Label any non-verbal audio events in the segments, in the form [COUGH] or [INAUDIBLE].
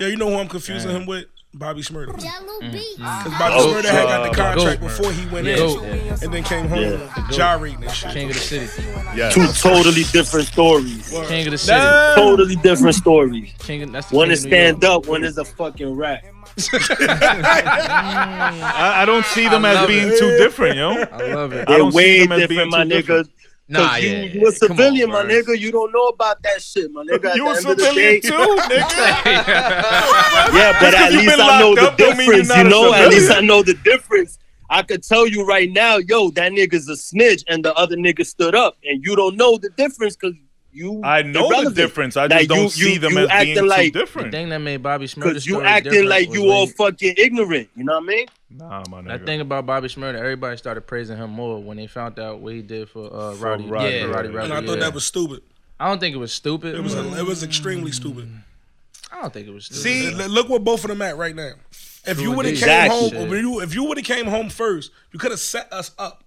Yeah, you know who I'm confusing him with? Bobby Smurda. Because Jello beats. Bobby Oh, Smurda had got the uh, contract GOAT. before he went Yeah. in Yeah. and then came home GOAT. gyrating and shit. King of the city. Yeah. Two totally different stories. King of the city. Damn. Totally different stories. King of, that's the One king is of New York. stand up, one is a fucking rap. I, I don't see them I as love being it. too different, yo. I [LAUGHS] love it. I They're don't see way them as being different, my too nigga. different. Nah, you, yeah. you a yeah. Come on, civilian, my word. nigga. You don't know about that shit, my nigga. At You the a end of the civilian day- too, nigga. Yeah, but Just 'cause at you least been I know locked the up don't mean you're difference. not You a know, at least I civilian. know the difference. I could tell you right now, yo, that nigga's a snitch, and the other nigga stood up, and you don't know the difference because you. I know the irrelevant. difference. I Like, just don't you- see you- them you as acting being like- The too different. thing that made Bobby Smurda Because you story acting different like was you when all he- fucking ignorant. You know what I mean? Nah, my That nigga. thing about Bobby Smurda, everybody started praising him more when they found out what he did for uh, For Roddy. Roddy, yeah, right. Roddy, And Roddy. I thought yeah. that was stupid. I don't think it was stupid. It was it was extremely stupid. I don't think it was stupid. See, L- Look where both of them at right now. If you True would have indeed. came Exact home, shit. if you, if you would have came home first, you could have set us up.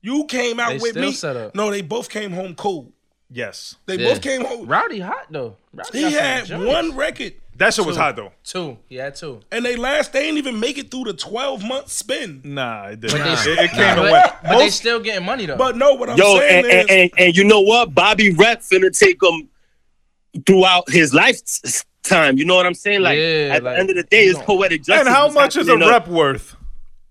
You came out They with still me. set up. No, they both came home cold. yes, They Yeah. both came home. Rowdy hot though. Rowdy He got some had joints. one record, that shit was hot though. two. He had two. and they last they didn't even make it through the twelve month spin. Nah, it didn't. But they- It, it came But, and went. but they Most, still getting money though. But no, what I'm Yo, saying and, is, and, and, and you know what? Bobby Rep finna take him throughout his lifetime. You know what I'm saying? Like, Yeah, at like, the end of the day, you it's know. poetic justice. and how that's much is a happening up- rep worth?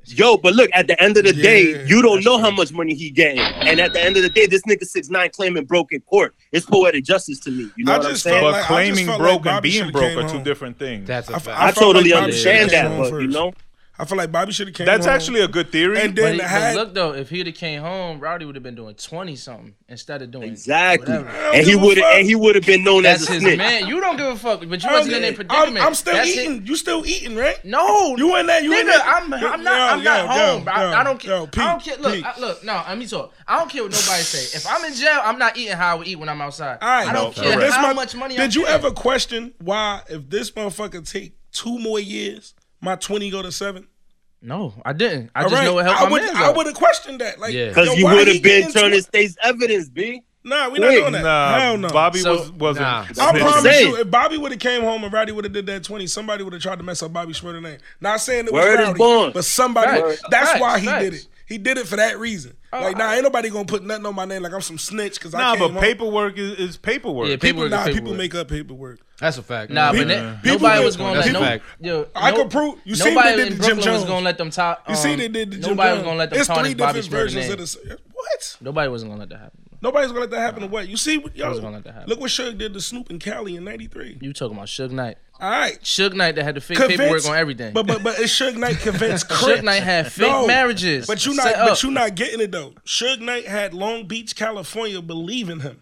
Yo, but look, at the end of the Yeah, day, you don't know how much money he getting. And at the end of the day, this nigga six nine claiming broken court. It's poetic justice to me. You know I what I'm just saying? felt But like- I just claiming felt like broke and Bobby being should've broke came are two home. different things. that's a I- fact. I I felt like totally Bobby should've understand came that, home but you first. know, I feel like Bobby should have came. That's home. actually a good theory. and but, then he- but had look though, if he'd have came home, Rowdy would have been doing twenty something instead of doing exactly. whatever. And he give a would fuck. and he would have been known That's as a his snitch. man. You don't give a fuck, but you I'm, wasn't in that I'm, predicament. I'm still That's his- eating. You still eating, right? No, You in that? You in nigga, that? I'm, I'm Yo, not, I'm yo, not yo, home. bro. I, yo, I don't care. yo, Pete, I don't care. Look, Pete. I, look, no, let me talk. I don't care what nobody say. If I'm in jail, I'm not eating how I would eat when I'm outside. All I right, don't no, care correct. how my- much money. Did I'm you getting. ever question why, if this motherfucker take two more years, my twenty go to seven? No, I didn't. I All just right, know it helped I my would mans I out. would have questioned that. Like, Yeah. yo, Because you why would he have been getting twenty- turning state's evidence, B. Nah, we not Wait, doing that. Nah, Hell no. Bobby So- was wasn't. nah. I That's promise insane. you, if Bobby would have came home and Rowdy would have did that twenty, somebody would have tried to mess up Bobby Schmurder's name. Not saying it was Word is Rowdy, born. but somebody. Facts. That's Facts, why he facts. Oh, did it. He did it for that reason. like, nah, ain't nobody gonna put nothing on my name like I'm some snitch because I Nah, came but home. paperwork is, is paperwork. Yeah, People, Paperwork is nah, people paperwork. make up paperwork. That's a fact. Nah, but People- that, people nobody get- was going to that's let a no. fact. Yo, I no- could prove- you seen nobody they did to in Jim Brooklyn was Jones. going to let them top. You see, they did the Jim Um, Nobody was Jones. going to let them It's three tarnish Bobby different Smurda's versions of name. this. What? Nobody wasn't going to let that happen. Nobody's gonna let that happen to what? You see, what- yo, Nobody's gonna let that happen. look what Suge did to Snoop and Cali in '93. You talking about Suge Knight? All right, Suge Knight that had to fake Convinced- paperwork on everything. but but but it's Suge Knight [LAUGHS] convinced Crimp. Suge Knight had fake marriages. But you not set but up. you not getting it though. Suge Knight had Long Beach, California, believing him.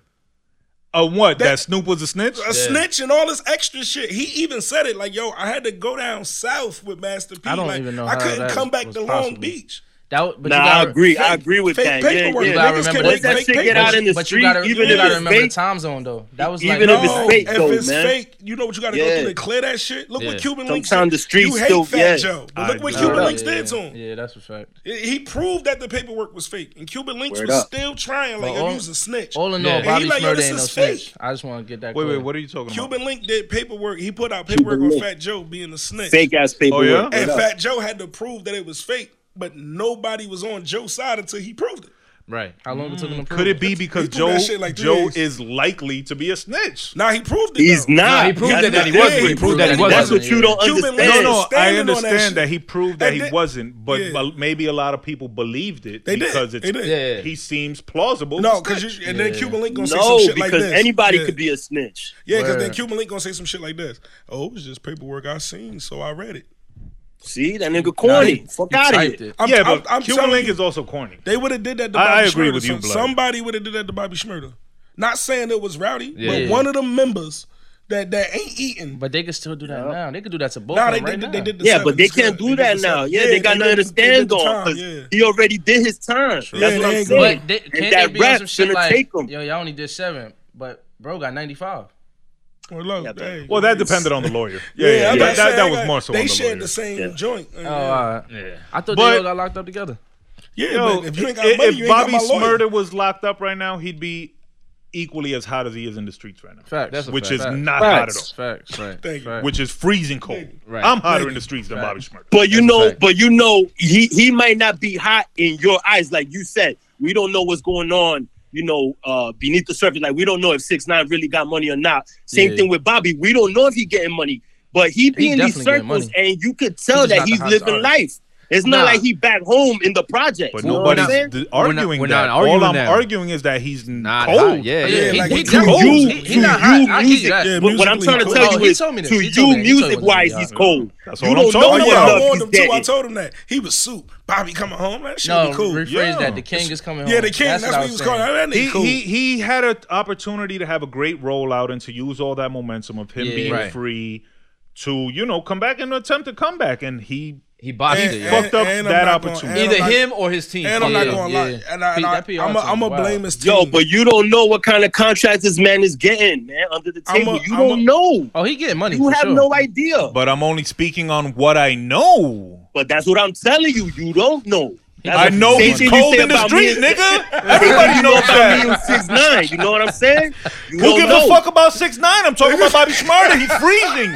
Uh, what? That, Snoop was a snitch? A snitch and all this extra shit. He even said it like, "Yo, I had to go down south with Master P. I don't like, even know I how couldn't that come back was to Long possible. Beach." That, would- but Nah, you I gotta, agree. I fake- agree with fake that. Yeah, paperwork. You yeah. Niggas gotta remember can Once make this. that fake shit get out in the but street, you gotta, even you if gotta it's remember the fake, time zone though. That was Even like if it's no, fake, if though, it's man. fake, you know what you got to go Yeah. through to clear that shit. Look what Yeah. Cuban Links Sometimes did. the streets you hate still- Fat yeah. Joe, but I look what know. Nah, Cuban yeah, Links did to him. Yeah, that's a fact. He proved that the paperwork was fake, and Cuban Links Word was up. still trying like, But yo, all- you was a snitch. All in all, Yeah. Bobby And he like, yo, Smurda this ain't no is fake. snitch. I just want to get that. Wait, clear. wait, what are you talking about? Cuban Link did paperwork. He put out paperwork on Link. Fat Joe being a snitch. fake ass paperwork. yeah? And Word up. Fat Joe had to prove that it was fake, but nobody was on Joe's side until he proved it. Right. How long it took him to prove Could it be He because threw that Joe shit like three Joe days. is likely to be a snitch? Now he proved it. He's though. not. Nah, he proved That's that, that he not- wasn't. He proved that he wasn't. That's what you don't Cuban understand. Links No, Yeah, no, I standing on that shit. understand that he proved that They he did- wasn't, but Yeah. but maybe a lot of people believed it They did. because They it's did. Yeah. he seems plausible. No, to because snitch. and then Cuban Link gonna say some No, shit like because this. anybody Yeah. could be a snitch. Yeah, because then Word. Cuban Link gonna say some shit like this. Oh, it was just paperwork I seen, so I read it. See, that nigga corny. Fuck out of typed here. it. I'm, yeah, I'm- but I'm Cuban telling Link you, is also corny. They would have did that to I- Bobby I agree Schmurda. with you, Some- Blood. Somebody would have did that to Bobby Schmurda. Not saying it was Rowdy, but Yeah. one of the members that that ain't eating. But they could still do that now. They could do that to both Nah, of they, them they, right did- now. they did the Yeah, seven. but they It's good. can't do did that the now. seven. Yeah, they got did nothing to the- they did stand the on. time, 'cause yeah. He already did his time. That's they what I'm ain't saying. But they, can't And they that be on rap some shit finna like, take him. yo, y'all only did seven, but bro got 95. Well, look, Yeah, but- hey. Well, that depended on the [LAUGHS] lawyer. Yeah, Yeah, yeah, I'm about That, to that, say, that I was got- more so. They on the shared lawyer. the same Yeah. joint. uh, Oh, all right. I thought But- they all got locked up together. yeah, Yo, but if you ain't got if, money, if you ain't Bobby got my lawyer. Smurda was locked up right now, he'd be equally as hot as he is in the streets right now. Facts. That's a which fact. is Facts. not Facts. Facts, right? Thank you. hot at all. Facts. Which is freezing cold. Right. I'm hotter Right. in the streets than Right. Bobby Schmurda. But you That's a know, fact. but you know, he he might not be hot in your eyes, like you said. We don't know what's going on, you know, uh, beneath the surface. Like we don't know if six nine really got money or not. Same Yeah. thing with Bobby. We don't know if he getting money, but he be He in these definitely getting circles, money. and you could tell He just that not the he's hottest living artist. life. It's not Nah. like he back home in the project. But you know Well, what I'm nobody's saying? d- we're not- arguing we're not that. arguing All I'm that. arguing is that he's Not cold. hot. Yeah, Yeah, yeah. like, he, he he, too cold. cold. He, he not hot. I give you that. Yeah, But what I'm musically trying to cold. tell Oh, you he is, told me this. to He told me you, that. He told me music wise, that. he's cold. That's You all I'm don't know talking Oh, what yeah, about. love I warned he's him too. I getting. told him that he was soup. Bobby coming home, that shit No, be cool. rephrase Yeah. that. The king is coming home. yeah, the king. That's, what I he was saying. calling. That He, nigga cool. he he had an opportunity to have a great rollout and to use all that momentum of him Yeah. being Right. free to you know come back and attempt a comeback and he He botched And- it. and- yo. fucked up I'm that not gonna- opportunity. and Either I'm not- him or his team. And I'm fucked not it up. going to yeah. lie. And I- and Pete, I- that PR I'm a- team, I'm a wow. blame his team. Yo, but you don't know what kind of contract this man is getting, man, under the I'm a- table. you I'm don't a- know. Oh, he getting money. You for have sure. no idea. But I'm only speaking on what I know. But that's what I'm telling you. You don't know. That's I what- know same he's thing you cold say in the about street, [LAUGHS] me- nigga. Everybody [LAUGHS] Everybody you know knows about me that. on six nine. You know what I'm saying? You Who don't gives know. a fuck about six nine? I'm talking about Bobby [LAUGHS] Schmurda. He's freezing.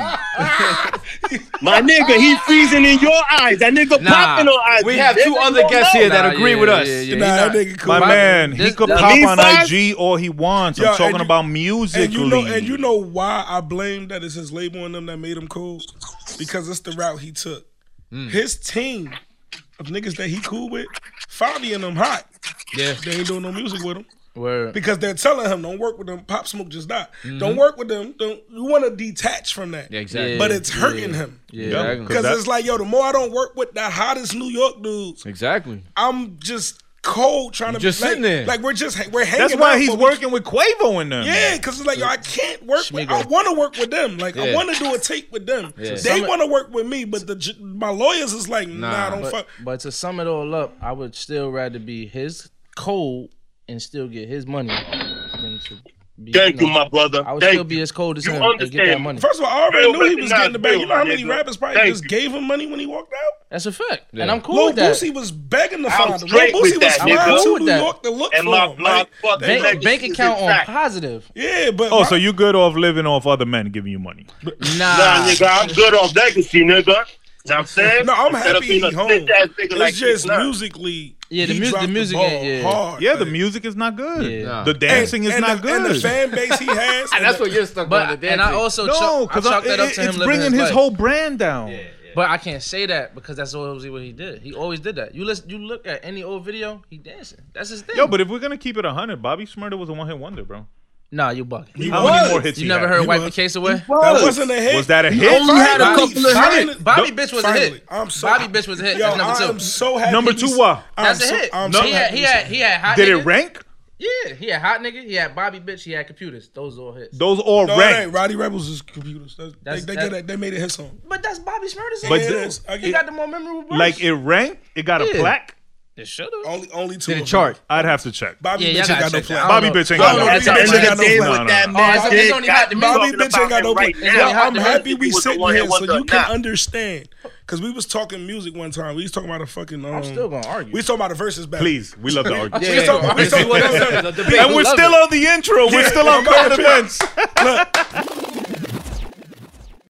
My nigga, he freezing in your eyes. That nigga popping on eyes. we have This two nigga other don't guests know. here that Nah, agree yeah, with yeah, us. yeah, yeah. nah, He that not- nigga cool. My Bobby- man, he this- could that- pop Me on five? IG all he wants. Yo, I'm and talking you- about musically. And you know, and you know why I blame that it's his label and them that made him cool, because it's the route he took. His team of niggas that he cool with, Fabi and them hot. Yeah. They ain't doing no music with him Word. because they're telling him don't work with them. Pop Smoke just died. Don't work with them. Don't you want to detach from that? Yeah, exactly. But it's hurting him Yeah, Yeah, because that- it's like yo, the more I don't work with the hottest New York dudes, exactly. I'm just cold trying to Just like, sitting there. Like we're just hang- we're hanging. That's why out, he's but we- working with Quavo in them. yeah, because it's like yo, I can't work. With, I Schmigel. want to work with them. Like I Yeah. want to do a tape with them. Yeah. They want to work with me, but the j- my lawyers is like, nah, Nah, don't But, fuck. but to sum it all up, I would still rather be his cold and still get his money than to be. Thank you, know, my brother. I would Thank still you. be as cold as You him and get that understand. money. First of all, I already Real knew he was getting the bag. You know how recognize many real, my rappers probably nigga. just Thank gave him money when he walked out? That's a fact, Yeah. and I'm cool Lil with that. Boosie was begging to I'm find him. Lil straight with Boosie was that, flying nigga. to Cool New with that. York to look And for my- him. my Like, they- fucking leg- Bank, bank Legacy is account on intact. positive. yeah, but Oh, my- so you good off living off other men giving you money? Nah, Ah. Nah, nigga, I'm good off legacy, nigga. You know what [LAUGHS] I'm saying? no, I'm Instead of happy being he's a home. bitch-ass nigga It's like just 6ix9ine. musically. Yeah, the he mus- the dropped music ball ain't- yeah. hard. Yeah, the Like, music is not good. Yeah. Nah. The dancing and- is and not the- good. And the fan base he has. [LAUGHS] And that's the- what you're stuck on. but The and I dancing. also no, chalk, I because chalk that up to him it's living bringing his life. whole brand down. But I can't say that because that's always what he did. He always did that. You listen, you look at any old video, he dancing. That's his thing. Yo, but if we're gonna keep it hundred, Bobby Smurda was a one hit wonder, bro. nah, you bugging. How was. many more hits? You he never had? heard He "Wipe the was. Case Away"? That wasn't a hit. Was that a He hit? only had a Bobby- couple of Bobby, hits. Bobby Nope. Bitch was a Finally. hit. I'm so- Bobby Bitch was a hit. Yo, That's number I two. am so happy. Number we- two, why? I'm That's so- a hit. I'm he, so had, happy we he had said he had hot Did nigga. it rank? Yeah, he had hot nigga. He had Bobby Bitch. He had computers. Those all hits. Those all No, it ain't. ranked. Roddy Rebels is computers. That's, That's- they, they, that- get it. they made it his song. But that's Bobby Smurder's. But Yeah, th- it is. I he get got it. the more memorable. Verse. Like it ranked. It got a Yeah. plaque. it should have. only only two. Did it of them. chart? I'd have to check. Bobby Yeah, bitch y'all ain't got gotta no check that. plan. I Bobby don't know. bitch ain't I got don't no. know At what plaque. the Bobby end Bitch ain't of the got day, no what plan. that Oh, it's- man it's did only got hot me to me. Bobby talking bitch ain't got about no it plan. right Yo, now. I'm If happy it we was the sitting one here that was so or you can not. understand. Cause we was talking music one time. We was talking about a fucking. Um, I'm still gonna argue. We was talking about a versus battle. Please, we love to argue. Yeah, We're talking- yeah, we're talking- yeah. The debate. And we're Love still it. on the intro. We're still on I'm about current to- events.